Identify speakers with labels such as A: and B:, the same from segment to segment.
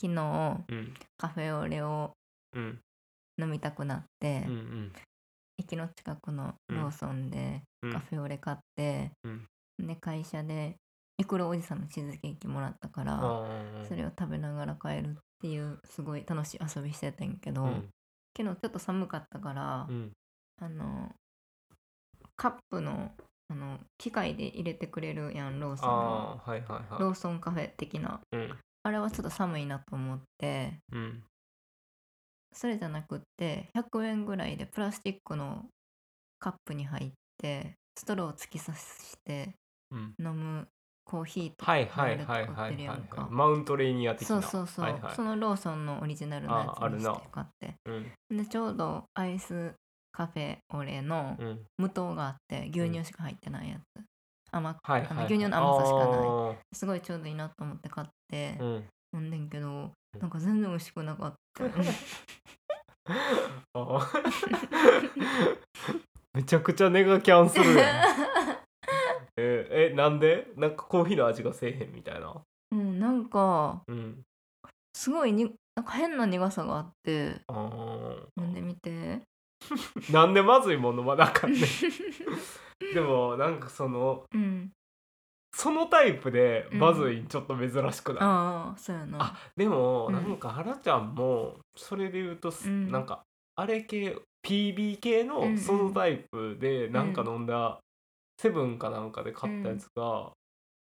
A: 昨日
B: うん
A: カフェオレを
B: うん
A: 飲みたくなって、
B: うんうん
A: 駅の近くのローソンで
B: うん
A: カフェオレ買って、
B: うん
A: で会社でイクロおじさんのチーズケーキもらったか
B: あ
A: ら、
B: ー
A: それを食べながら帰るっていうすごい楽しい遊びしてたんやけど、
B: うん
A: 昨日ちょっと寒かったから、
B: うん
A: あのカップのあの機械で入れてくれるやんローソンの
B: あーはいはいはい
A: ローソンカフェ的な
B: うん
A: あれはちょっと寒いなと思って
B: うん
A: それじゃなくって100円ぐらいでプラスチックのカップに入ってストローを突き刺して
B: うん
A: 飲むコーヒーとか
B: はいはいはい
A: 売っ
B: はい
A: てるや
B: は
A: ん
B: い
A: か
B: マウントレーニア的
A: そう
B: な
A: そうそう、
B: はいはい
A: そのローソンのオリジナルのやつ
B: あある
A: に
B: な
A: して買って
B: うん
A: でちょうどアイスカフェオレの
B: うん
A: 無糖があって牛乳しか入ってないやつ甘く
B: はいはいはい
A: あの牛乳の甘さしかない
B: あ
A: すごいちょうどいいなと思って買って
B: ーうん
A: 飲んでんけど
B: うん
A: なんか全然美味しくなかった
B: あー めちゃくちゃネガキャンするやんえーえなんでなんかコーヒーの味がせえへんみたいな
A: うんなんか
B: うん
A: すごいになんか変な苦さがあって
B: あー
A: 飲んでみて
B: なんでまずいものまだかんねんでもなんかその
A: うん
B: そのタイプでまずいんちょっと珍しくない、
A: ああそうやな
B: あでも
A: うん
B: なんかハラちゃんもそれで言うとす、
A: うん
B: なんかあれ系 PB 系
A: うんう
B: の
A: ん
B: そのタイプでなんか飲んだ、セブンかなんかで買ったやつが、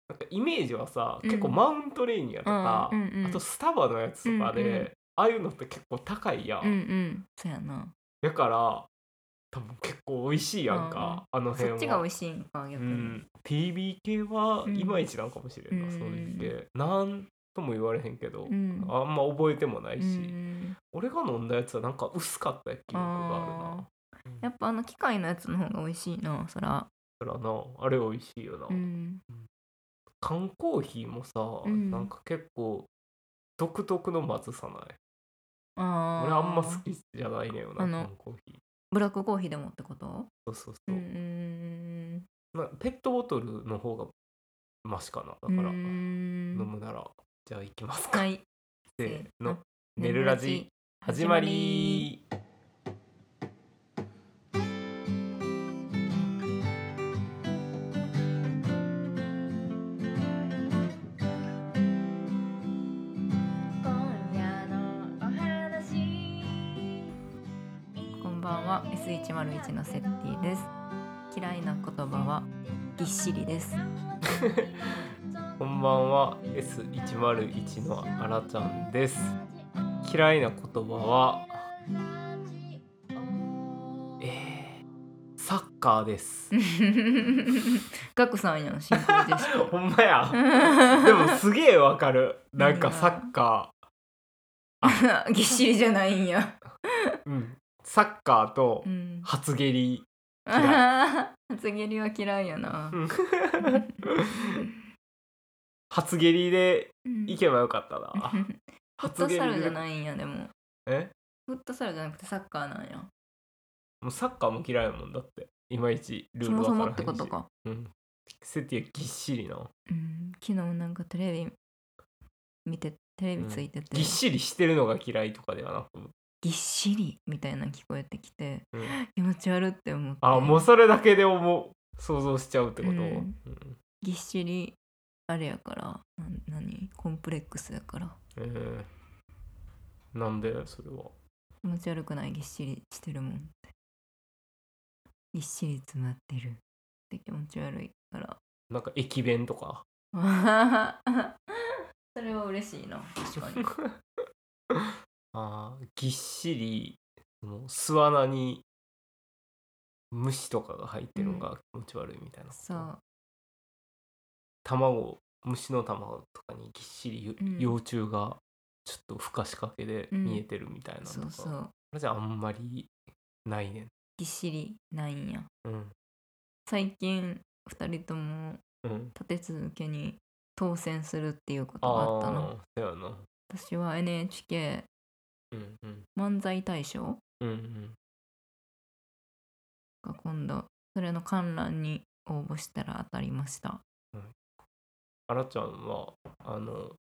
B: なんかイメージはさ、
A: うん
B: 結構マウントレーニアとか、
A: うんうんうん
B: あとスタバのやつとかで、
A: うんうん
B: ああいうのって結構高いやん、
A: うんうんそうやな
B: だから多分結構美味しいやんか、あの
A: そ
B: 辺は
A: っちが美味しいんか
B: う
A: 逆に
B: ん、PB 系は
A: うん
B: いまいちなんかもしれんな、
A: うん
B: そういう系なんとも言われへんけど、
A: うん
B: あんま覚えてもないうし、
A: ん
B: 俺が飲んだやつはなんか薄かった記憶があるな
A: やっぱあの機械のやつの方が美味しいなそら
B: だからなあれ美味しいよな、
A: うん
B: 缶コーヒーもさ、
A: ん
B: なんか結構独特のまずさない
A: ああ
B: 俺あんま好きじゃないねよな
A: あの
B: 缶コーヒー
A: ブラックコーヒーでもってこと
B: そうそう
A: う
B: そう、
A: ん
B: まあ、ペットボトルの方がマシかなだから、
A: うん
B: 飲むならじゃあ行きますか、
A: はい
B: せーの「
A: 寝
B: 寝
A: る
B: る
A: ラ
B: ラ
A: ジ
B: ジ」
A: 始
B: 始
A: ま
B: ま
A: り
B: り
A: 今夜のお話こんばんは S101 のセッティです嫌いな言葉はぎっしり です
B: こんばんは S101 のあらちゃんです嫌いな言葉はえー、サッカーです
A: ガクさんやん進行ジェシ
B: ほんまやでもすげえわかるなんかサッカ
A: カ ぎっしりじゃないんや、
B: ーうんサッカーと
A: うん、
B: 初蹴り
A: あー厚切りは嫌いやな
B: う、ん初蹴りで
A: うん
B: 行けばよかったな
A: フットサルじゃ
B: い
A: ないんやでも
B: え
A: フットサルじゃなくてサッカーなんや
B: もうサッカーも嫌いやもんだっていまいちル
A: そ
B: ール
A: も
B: わか
A: そも
B: らへん
A: って
B: し
A: ことか、
B: うん、セティはぎっしりな
A: うん、昨日なんかテレビ見てテレビついてて、
B: ぎっしりしてるのが嫌いとかではなく、
A: ぎっしりみたいなの聞こえてきて
B: うん
A: 気持ち悪って思って
B: あもうそれだけで思う想像しちゃうってこと、
A: うん
B: うん
A: ぎっしりあれやからなん何コンプレックスやから
B: えーなんでそれは
A: 気持ち悪くないぎっしりしてるもんってぎっしり詰まってるって気持ち悪いから
B: なんか駅弁とか
A: それは嬉しいな確かに
B: あーぎっしりその巣穴に虫とかが入ってるのが気持ち悪いみたいなこと、
A: そう
B: 卵虫の卵とかにぎっしりよ、
A: うん
B: 幼虫がちょっと孵化しかけで見えてるみたいなのと
A: そ
B: か、
A: うそう
B: あれじゃあんまりないねん
A: ぎっしりないんや
B: うん
A: 最近2人とも
B: うん
A: 立て続けに当選するっていうことがあったの
B: ああそうやな
A: 私は NHK
B: うんうん
A: 漫才大賞
B: うんうん
A: が今度それの観覧に応募したら当たりました
B: あらちゃんはあの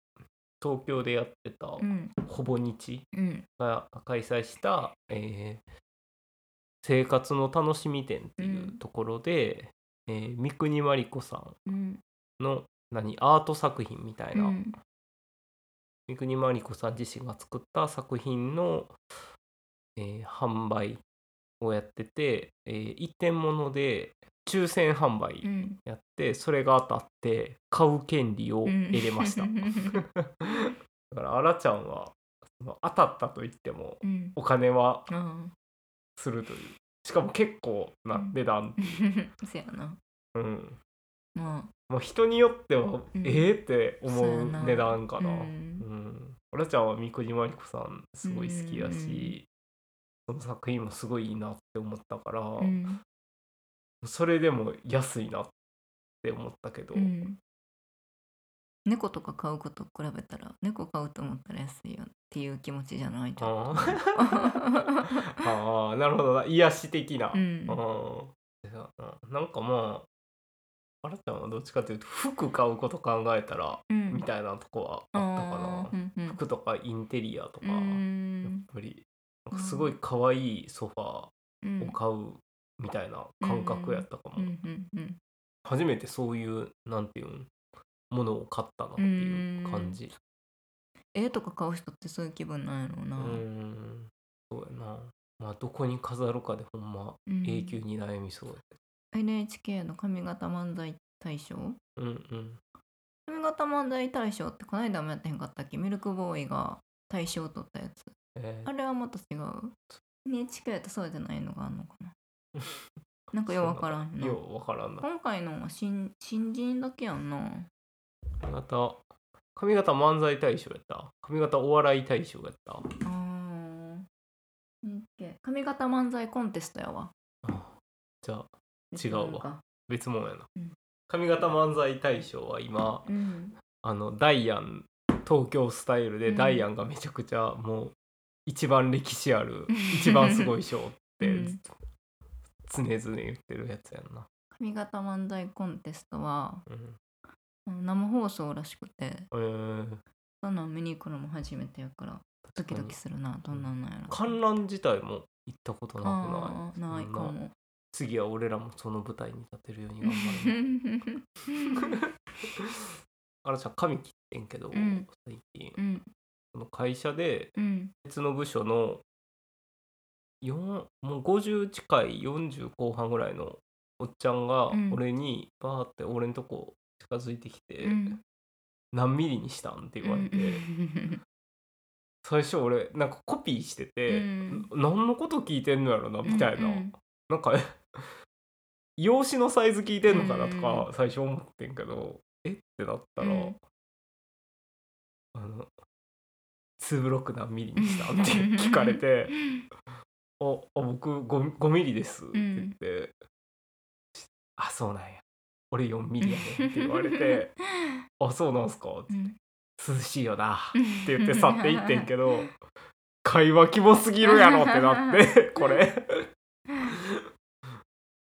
B: 東京でやってた
A: うん
B: ほぼ日
A: うん
B: が開催した、えー生活の楽しみ展っていうところで、えー三國真理子さ
A: うん
B: んの何アート作品みたいうな、
A: ん
B: 三國真理子さん自身が作った作品の、えー販売をやってて、えー一点物で抽選販売
A: うん
B: やって、それが当たって買う権利を
A: うん
B: 得れまし た、
A: うん
B: だからあらちゃんはその当たったと言っても
A: うん
B: お金は
A: うん
B: するというしかも結構な値段、
A: そやな
B: うん
A: も
B: もう人によっては、
A: うん
B: ええって
A: う
B: 思う値段かな、
A: そうやう
B: う、
A: ん
B: 俺ちゃんは三國真理子さんすごい好きやし、その作品もすごいいいなって思ったから、
A: うん
B: それでも安いなって思ったけど、
A: うん猫とか飼うこと比べたら猫飼うと思ったら安いよっていう気持ちじゃないと
B: あー あーなるほどな癒し的な、
A: うん
B: あーじゃあななんかまああらちゃんはどっちかというと服買うこと考えたら
A: うん
B: みたいなとこはあったかな、
A: あーうんうん
B: 服とかインテリアとか、
A: う
B: やっ
A: ん
B: ぱりなんかすごい可愛いソファー
A: うん
B: を買うみたいな感覚やったかも、
A: うんうんうん
B: 初めてそういうなんていうんものを買ったなっていう感じ
A: 絵とか買う人ってそういう気分なんやろう
B: う、
A: なん
B: そうやなまあどこに飾るかでほんま
A: うん
B: 永久に悩みそうや
A: NHK の上方漫才大賞
B: うんうん
A: 上方漫才大賞ってこの間もやってへんかったっけミルクボーイが大賞を取ったやつ
B: えー
A: あれはまた違う NHK やとそうじゃないのがあんのかな なんかようわからんな
B: ようわからんな
A: 今回のは新新人だけやんな
B: 髪型髪型漫才大賞やった髪型お笑い大賞やった
A: あー NHK 上方漫才コンテストやわ
B: あじゃあ違うわ
A: なんか
B: 別物やな、
A: うん
B: 髪型漫才大賞は今
A: うん
B: あのダイアン東京スタイルで
A: うん
B: ダイアンがめちゃくちゃもう一番歴史ある一番すごい賞っ て
A: うん
B: 常々言ってるやつやんな。
A: 上方漫才コンテストは
B: うん
A: 生放送らしくて
B: えー
A: そんなん見に行くのも初めてやからドキドキするなどんなんなんやろ
B: 観覧自体も行ったことなく
A: あー
B: ない
A: ないか
B: そんな
A: も
B: 次は俺らもその舞台に立てるように頑張 るねあらちゃん髪切ってんけど、
A: ん
B: 最近
A: うん
B: その会社で
A: うん
B: 別の部署の4もう50近い40後半ぐらいのおっちゃんが
A: うん
B: 俺にバーって俺のとこ近づいてきて「
A: うん
B: 何ミリにしたん?」って言われて、最初俺なんかコピーしてて、
A: うん
B: 何のこと聞いてんのやろなみたいな、
A: うんうん
B: なんか 用紙のサイズ聞いてんのかなとか最初思ってんけど、えってなったら、
A: うん
B: あの2ブロック何ミリにしたって聞かれ て。ああ僕 5, 5ミリですって言って、あそうなんや俺4ミリやねんって言われて あそうなんすか
A: うん
B: 涼しいよな
A: うん
B: って言って去っていってんけど会話キモすぎるやろってなっ てこれ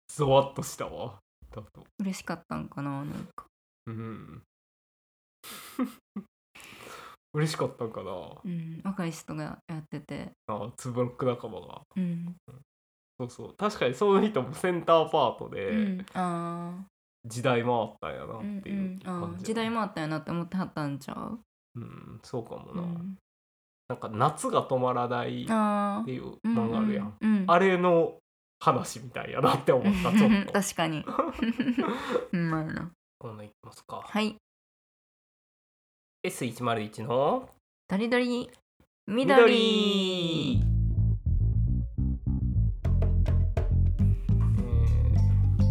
B: ゾワッとしたわ多分
A: 嬉しかったんかななんか
B: うん嬉しかったんかな
A: うん若い人がやってて
B: あツーブロック仲間が
A: うん
B: そうそう確かにその人もセンターパートで、
A: うんあ
B: 時代回ったんやな
A: あ
B: っていう
A: うんうん
B: 感
A: あー
B: じ
A: 時
B: やね、
A: 代もあったよなって思ってはったんちゃう
B: うんそうかも
A: う
B: な、
A: ん
B: なんか夏が止まらないっ
A: あ
B: て
A: ー
B: いう
A: う
B: 漫画あるやん、
A: うんうん
B: あれの話みたいやなって思ったちょっ と
A: 確かにうんまいな
B: 今度いきますか
A: はい、
B: S101 の
A: どりどり、緑。
B: 緑えー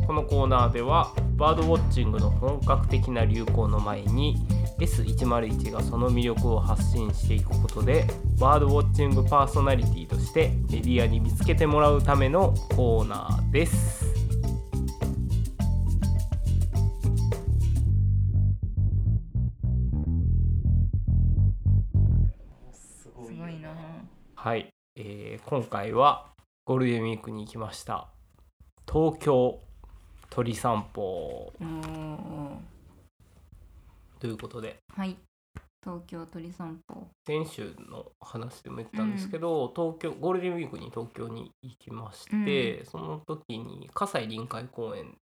B: このコーナーではバードウォッチングの本格的な流行の前に S101 がその魅力を発信していくことでバードウォッチングパーソナリティとしてメディアに見つけてもらうためのコーナーです。す
A: すごいな。
B: はい、えー今回はゴールデンウィークに行きました東京鳥散歩
A: おー
B: ということで
A: はい。東京鳥散歩
B: 先週の話でも言ったんですけど、東京ゴールデンウィークに東京に行きまして、その時に葛西臨海公園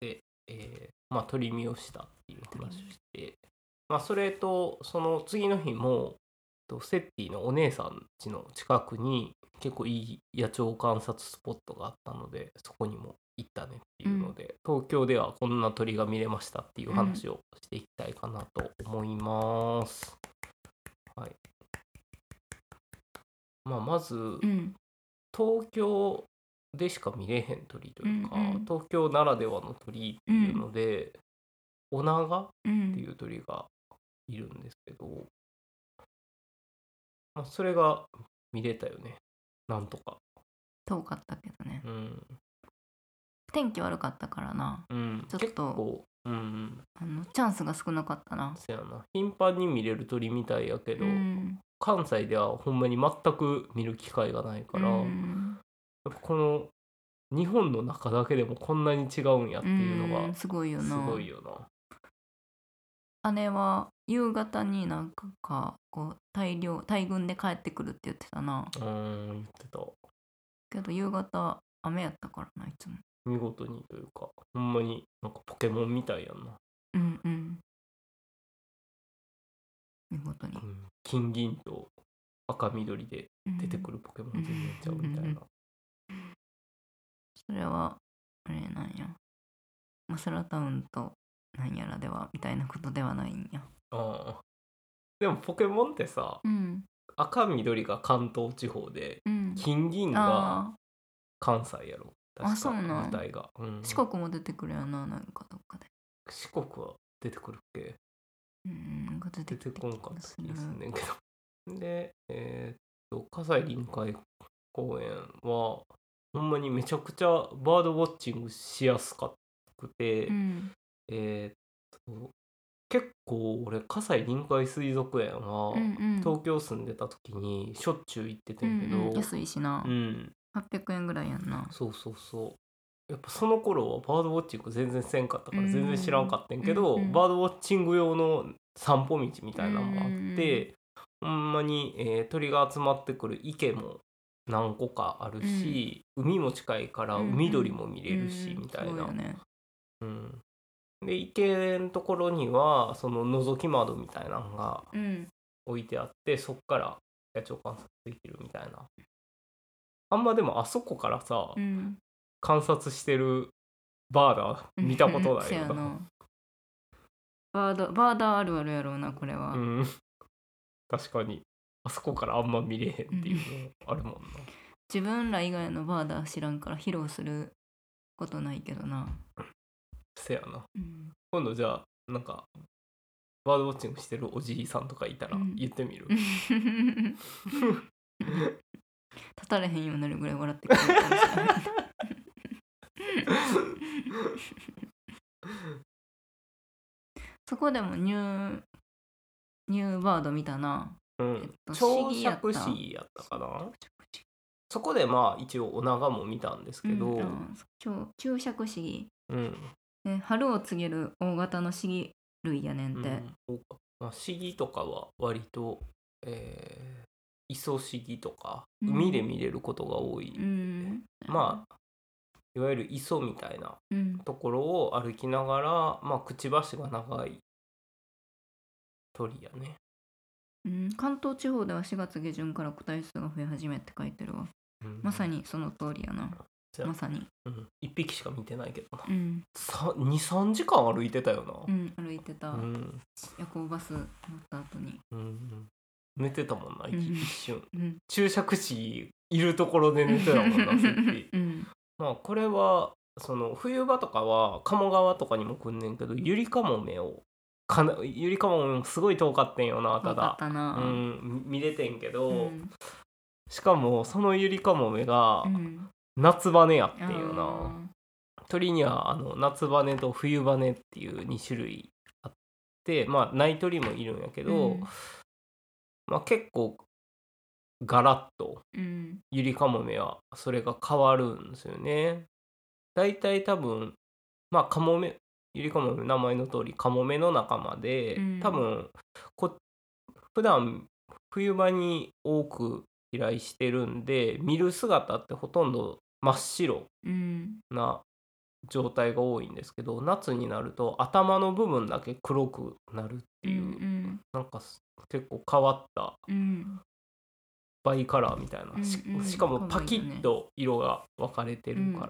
B: で、えーまあ、鳥見をしたっていう話をして、まあ、それとその次の日もとセッティのお姉さん家の近くに結構いい野鳥観察スポットがあったのでそこにも行ったねっていうので、東京ではこんな鳥が見れましたっていう話をしていきたいかなと思います。まあ、まず
A: うん
B: 東京でしか見れへん鳥というか、
A: うんうん
B: 東京ならではの鳥っていうので、オナガっ
A: う
B: てい
A: ん
B: う鳥がいるんですけど、まあ、それが見れたよねなんとか
A: 遠かったけどね
B: うん
A: 天気悪かったからな
B: うん
A: ちょっと
B: 結構うんうん
A: あのチャンスが少なかったな
B: そやな頻繁に見れる鳥みたいやけど、
A: うん
B: 関西ではほんまに全く見る機会がないから、
A: うん
B: やっぱこの日本の中だけでもこんなに違うんやっていうのが
A: うんすごいよ
B: す
A: な
B: ごいよな。
A: 姉は夕方になんかかこう大量大群で帰ってくるって言ってたな
B: うーん言ってた
A: けど夕方雨やったからないつも
B: 見事にというかほんまになんかポケモンみたいやんな、
A: うんうん見事に
B: うん、金銀と赤緑で出てく
A: る
B: るポケモン全然ちゃうみたいな、
A: それはあれなんやマサラタウンとなんやらではみたいなことではないんや
B: ああでもポケモンってさ
A: うん
B: 赤緑が関東地方で
A: うん
B: 金銀が
A: あ
B: 関西やろ
A: あそうなん
B: 舞台が、うん
A: ー四国も出てくるよななんかどっかで
B: 四国は出てくるっけ
A: うんなんか出て
B: 出
A: きた気
B: てこんか
A: が
B: った
A: す
B: 気
A: る
B: がすんねんけど。で、えーっと、葛西臨海公園は、ほんまにめちゃくちゃバードウォッチングしやすかくて、
A: うん
B: えーっと、結構俺、葛西臨海水族園は、
A: うんうん
B: 東京住んでた時にしょっちゅう行ってて
A: うん
B: けど、
A: んうん安いしな、
B: うん、
A: 800円ぐらいやんな
B: そうそうそうやっぱその頃はバードウォッチング全然せんかったから
A: うん
B: 全然知らんかってんけど、
A: うんうん
B: バードウォッチング用の散歩道みたいなのもあって、ほんまに、えー鳥が集まってくる池も何個かあるし、海も近いから
A: うんうん
B: 海鳥も見れるし、
A: うん
B: みたい
A: すご
B: な。
A: よね
B: うんで池のところにはその覗き窓みたいなのが
A: うん
B: 置いてあってそっから野鳥観察できるみたいな。あんまでもあそこからさ、
A: うん
B: 観察してるバーダー見た ことない
A: せ
B: よ
A: や
B: な。
A: なバードバーダーあるあるやろうなこれは、
B: うん、確かにあそこからあんま見れへんっていうのあるもんな。
A: 自分ら以外のバーダー知らんから披露することないけどな、
B: せやな。
A: うん、
B: 今度じゃあなんかバードウォッチングしてるおじいさんとかいたら
A: うん
B: 言ってみる。
A: 立たれへんようになるぐらい笑ってくれるかもしれないそこでもニューニューバード見たな
B: う
A: えっ
B: ん。
A: と
B: 朝
A: シギやった
B: 食市やったかな。そこでまあ一応お長も見たんですけど、
A: う
B: うんん
A: あそう注釈市議ね春を告げる大型のシギ類やねんて、
B: うんまあ、シギとかは割と、えー、イソシギとか
A: うん
B: 海で見れることが多い、
A: うん、
B: まあいわゆる磯みたいな
A: あ、うん、
B: ところを歩きながら、まあ、くちばしが長い鳥やね
A: うん関東地方では4月下旬から個体数が増え始めって書いてるわまさ、にその通りやな
B: じゃあ
A: まさに
B: うん、1匹しか見てないけどな
A: うん、
B: 23時間歩いてたよ
A: うん、歩いてた、
B: なうん、
A: 夜行バス乗った後に
B: うん、寝てたもんな
A: う
B: 一
A: ん
B: 一瞬
A: うん
B: 注釈しいるところで寝てたも んなさっき
A: うん
B: まあこれはその冬場とかは鴨川とかにも来んねんけどゆりかもめをかなゆりかもめもすごい遠かってんよなた
A: よかっ
B: だ
A: たな
B: うん見れてんけ
A: う
B: ど、
A: ん
B: しかもそのゆりかもめが
A: うん
B: 夏バネやって
A: あ
B: いうな、
A: ー
B: 鳥にはあの夏バネと冬バネっていう2種類あってまあない鳥もいるんやけど、
A: うん
B: まあ結構ガラッと
A: うん
B: ゆりかもめはそれが変わるんですよね。だいたい多分まあカモメゆりかもめの名前の通りカモメの仲間で、
A: うん
B: 多分こ普段冬場に多く飛来してるんで見る姿ってほとんど真っ白
A: うん
B: な状態が多いんですけど夏になると頭の部分だけ黒くなるっていう、
A: うん
B: なんかす結構変わった
A: うんうん
B: バイカラーみたいな、し
A: うんうん
B: しかも
A: 可
B: パ
A: 愛いよね
B: キッと色が分かれてるか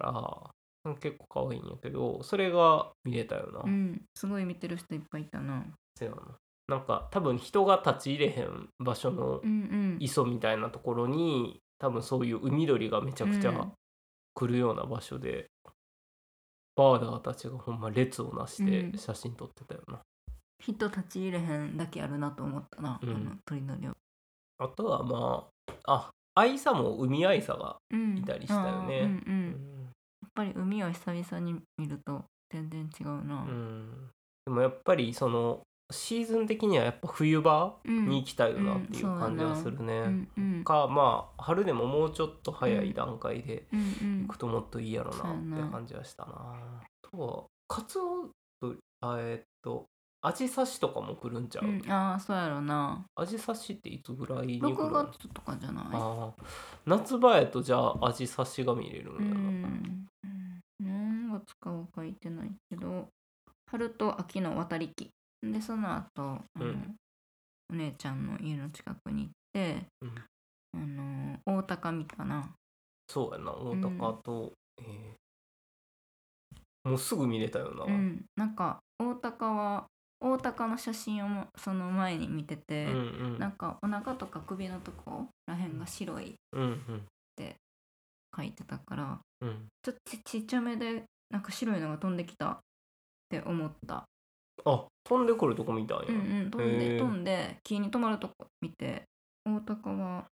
B: ら、結構可愛いんやけどそれが見れたよな。
A: うんすごい見てる人いっぱいいたな
B: せやななんか多分人が立ち入れへん場所の
A: うんうん
B: 磯みたいなところに多分そういう海鳥がめちゃくち
A: う
B: ゃ
A: ん
B: 来るような場所で、バーダーたちがほんま列をなし
A: う
B: て
A: ん
B: 写真撮ってたよな、
A: 人立ち入れへんだけあるなと思ったな、
B: うん
A: あの鳥の量
B: あとはまああアイサも海アイサが、
A: うん
B: いたりしたよ
A: あ
B: ね
A: ーうんうん
B: う
A: やっ
B: ん
A: ぱり海は久々に見ると全然違うな
B: うんでもやっぱりそのシーズン的にはやっぱ冬場
A: うん
B: に行きたいよなっていう感じはするね、
A: うんうん
B: かまあ春でももうちょっと早い段階で、
A: うん
B: 行くともっといいやろな
A: そうや
B: っ
A: な
B: て感じはしたな。あとはカツオとあえーっとアジサシとかも来るんちゃう、
A: うんうんああそうやろな
B: アジサシっていつぐらいに来る
A: 6
B: の
A: 月とかじゃな
B: あー夏場やとじゃあアジサシが見れる
A: い
B: の
A: う
B: やな、
A: ん何月かは書いてないけど春と秋の渡り期でその後、あの
B: うん
A: お姉ちゃんの家の近くに行って、
B: うん
A: あの大高見たな
B: そうやな大高と、えーもうすぐ見れたよな、
A: うん、なんか大高は大高の写真をもその前に見て
B: う
A: て
B: んう、
A: なん
B: ん
A: かお腹とか首のとこらへんが白い
B: うんうん
A: 書いてたから
B: うん
A: ちょっとちちっちゃめでなんか白いのが飛んできたって思った、
B: あ飛んでくるとこ見たんや、
A: うんうん、飛ん
B: へ
A: で
B: ー
A: 飛んで木に止まるとこ見て大高は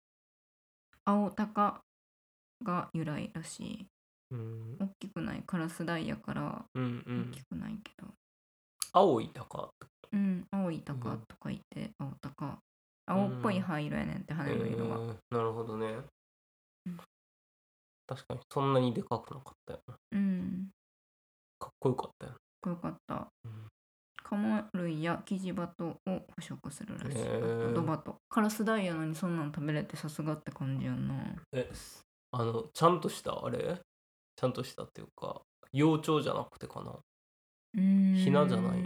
A: 青高が由来らしい
B: うん
A: 大きくないカラスダイヤから
B: うんう
A: 大
B: ん
A: きくないけど、
B: 青い鷹
A: うん、青い鷹と書いて、青鷹。青っぽい灰色やねんって、羽の色が。
B: えーなるほどね
A: うん
B: 確かにそんなにでかくなかったよな
A: うん、
B: かっこよかったよ
A: かっこよかった
B: うん。
A: カモ類やキジバトを捕食するらしい。
B: へー
A: あとドバト。カラスダイヤのにそんなん食べれてさすがって感じやな。
B: えすあのちゃんとしたあれちゃんとしたっていうか幼鳥じゃなくてかな
A: うーん。
B: ひなじゃない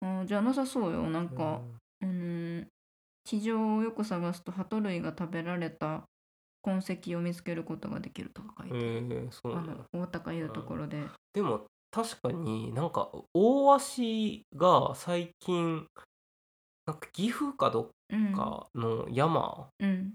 A: あーじゃなさそうよ。なんか、あ
B: うん
A: のー地上をよく探すと鳩類が食べられた痕跡を見つけることができるとか書いてある。
B: えーそうな
A: あ
B: んだ
A: の大鷹いうところで。
B: でも確かになんか大足が最近なんか岐阜かど
A: うん
B: っ。かの山、
A: うん。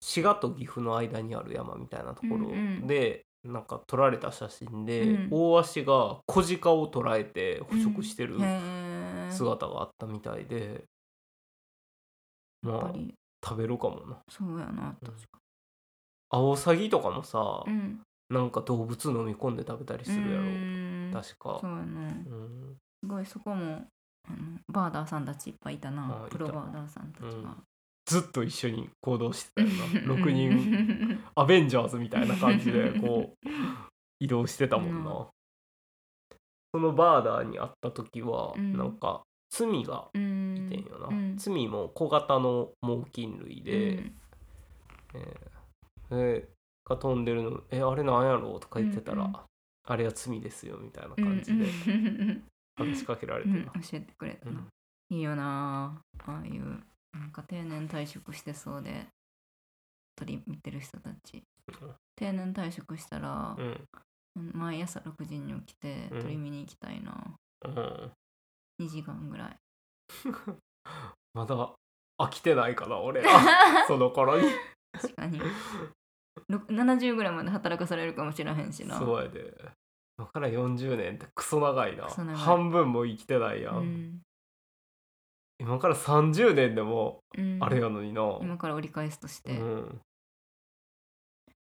B: 滋賀と岐阜の間にある山みたいなと
A: う
B: こ
A: んうん
B: ろで、なんか撮られた写真で、
A: うん
B: 大足が小鹿を捉えて捕食してる
A: うんへー
B: 姿があったみたいで、
A: やっぱ
B: まあ
A: り
B: 食べるかもな
A: そうやな
B: うん
A: 確か
B: アオサギとかもさ、
A: うん
B: なんか動物飲み込んで食べたりするやろ、
A: うん
B: 確か
A: そうやな
B: うん
A: すごいそこもあのバーダーさんたちいっぱいいた
B: あ
A: ないプ
B: た
A: ロバーダーさんたち
B: うん
A: が
B: ずっと一緒に行動してたよな
A: うん
B: 6人アベンジャーズみたいな感じ でこう移動してたもんな、
A: うん
B: そのバーダーに会った時は、
A: うん
B: なんか罪が
A: うん
B: いてんよな、
A: うん
B: 罪も小型の猛禽類で、えーえーが飛んでるの「えあれなんやろ?」とか言ってたら「
A: うんうん
B: あれは罪ですよ」みたいな
A: うん
B: 感じで
A: うんうん
B: 話しかけられ
A: う
B: て
A: ん
B: な、
A: 教えてくれた
B: う
A: なんいいよなああいうなんか定年退職してそうで鳥見てる人たち定年退職したら
B: うん
A: 毎朝6時に起きて
B: うん
A: 鳥見に行きたいな
B: うん
A: 2時間ぐらい
B: まだ飽きてないかな 俺らその頃に
A: 確かにろ70ぐらいまで働かされるかもしれへんしな
B: そうやでだから40年ってクソ長いな
A: クソ長い
B: 半分も生きてないやん、
A: うん
B: 今から30年でも
A: うん
B: あれやのにな、
A: 今から折り返すとして、
B: うん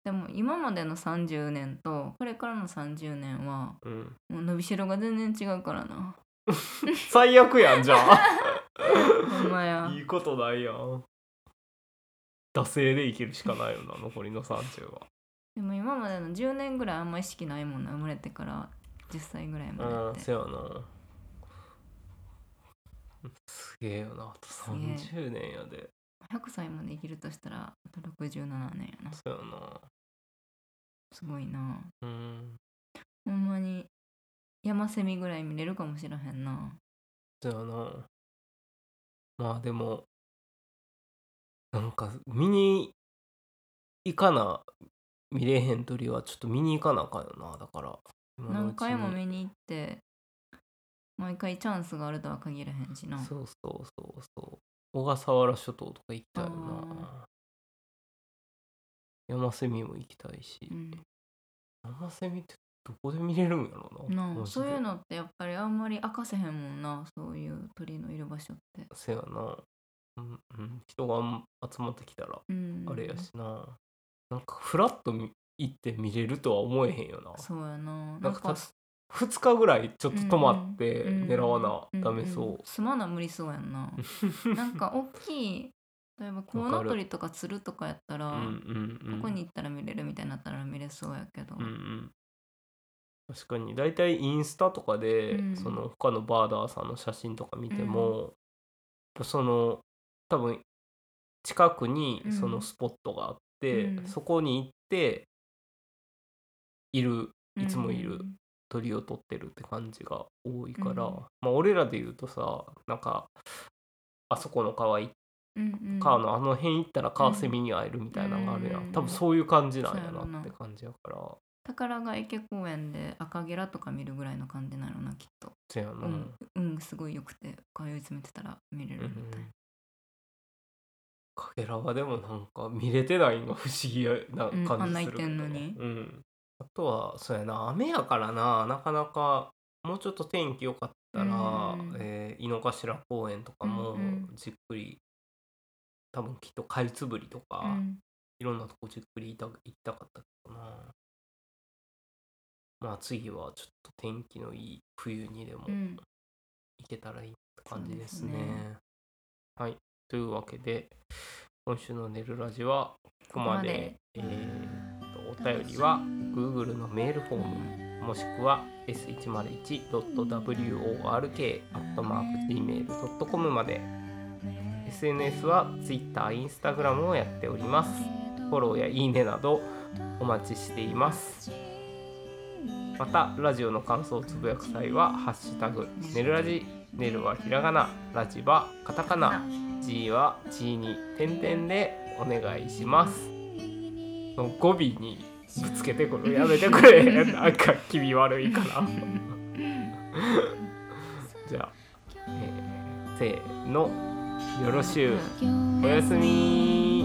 A: でも今までの30年とこれからの30年は
B: うん、
A: もう伸びしろが全然違うからな
B: 最悪やんじ ゃあ
A: ほんまや
B: いいことないやん。惰性で生きるしかないよな、残りの30は。
A: でも今までの10年ぐらいあんま意識ないもんな生まれてから10歳ぐらいまで
B: うん、
A: っ
B: せ
A: て
B: やな。げえよなあと
A: げえ
B: 30年やで
A: 100歳もできるとしたらあと67年やな
B: そうやな
A: すごいな
B: うん
A: ほんまに山セミぐらい見れるかもしらへんな
B: そうやなまあでもなんか見に行かな見れへん鳥はちょっと見に行かなあかんよなだから今のうちに
A: 何回も見に行って毎回チャンスがあるとは限らへんしな
B: そうそうそうそう小笠原諸島とか行きたいよな
A: あ
B: 山セミも行きたいし、
A: うん
B: 山セミってどこで見れるんやろうな
A: な
B: マ
A: あ
B: ジ
A: そういう
B: で
A: のってやっぱりあんまり明かせへんもんなそういう鳥のいる場所って
B: せやな、うんうん、人があん集まってきたら
A: うん
B: あれやしな、なんかフラッと見行って見れるとは思えへんよな
A: そうやな
B: なんか2日ぐらいちょっと泊まって
A: うん
B: 狙わなダメ
A: んん
B: そ
A: すまな無理そうやん ななんか大きい例えばコウノトリとかツルとかやったら、
B: う、うんうんうん、
A: ここに行ったら見れるみたいになったら見れそうやけど、
B: うんうん、確かに大体インスタとかで、
A: うん
B: その他のバーダーさんの写真とか見ても、
A: うん
B: やっぱその多分近くに
A: うん
B: そのスポットがあって、
A: うん
B: そこに行っている
A: うん
B: いつもいる鳥を撮ってるって感じが多いから、まあ俺らで言うとさなんかあそこの川行っ
A: うんうん
B: 川のあの辺行ったらカワセミに会えるみたいなのがあるやん、
A: うん
B: 多分そういう感じなんや
A: そうやろ
B: な
A: な
B: って感じやから。
A: 宝が池公園で赤ゲラとか見るぐらいの感じなのなきっと
B: せやな、
A: うん、うん、すごい良くて通い詰めてたら見れるみたいな、
B: かけらはでもなんか見れてないのが不思議な
A: うんあ
B: 感
A: ん
B: じ
A: な
B: するけど、
A: 言って
B: ね
A: んのに
B: うんあとはそうやな雨やからななかなかもうちょっと天気良かったら、
A: うん
B: えー井の頭公園とかも
A: うんうん
B: じっくり、多分きっとカイツブリとか、
A: うん
B: いろんなとこじっくりいた行きたかったけどなまあ次はちょっと天気のいい冬にでも
A: うん
B: いけたらいいって感じです
A: そう
B: ね。
A: です
B: はいというわけで今週の「寝るラジ」はここまで。えーとお便りは Google のメールフォームもしくは s101.work.gmail.com まで SNS は Twitter、Instagram をやっておりますフォローやいいねなどお待ちしていますまたラジオの感想をつぶやく際は「ハッシュタグねるラジ」ねるはひらがなラジはカタカナ G は G に点々でお願いしますその語尾にぶつけてくるやめてくれなんか気味悪いから じゃあ、えーせーのよろしゅうおやすみ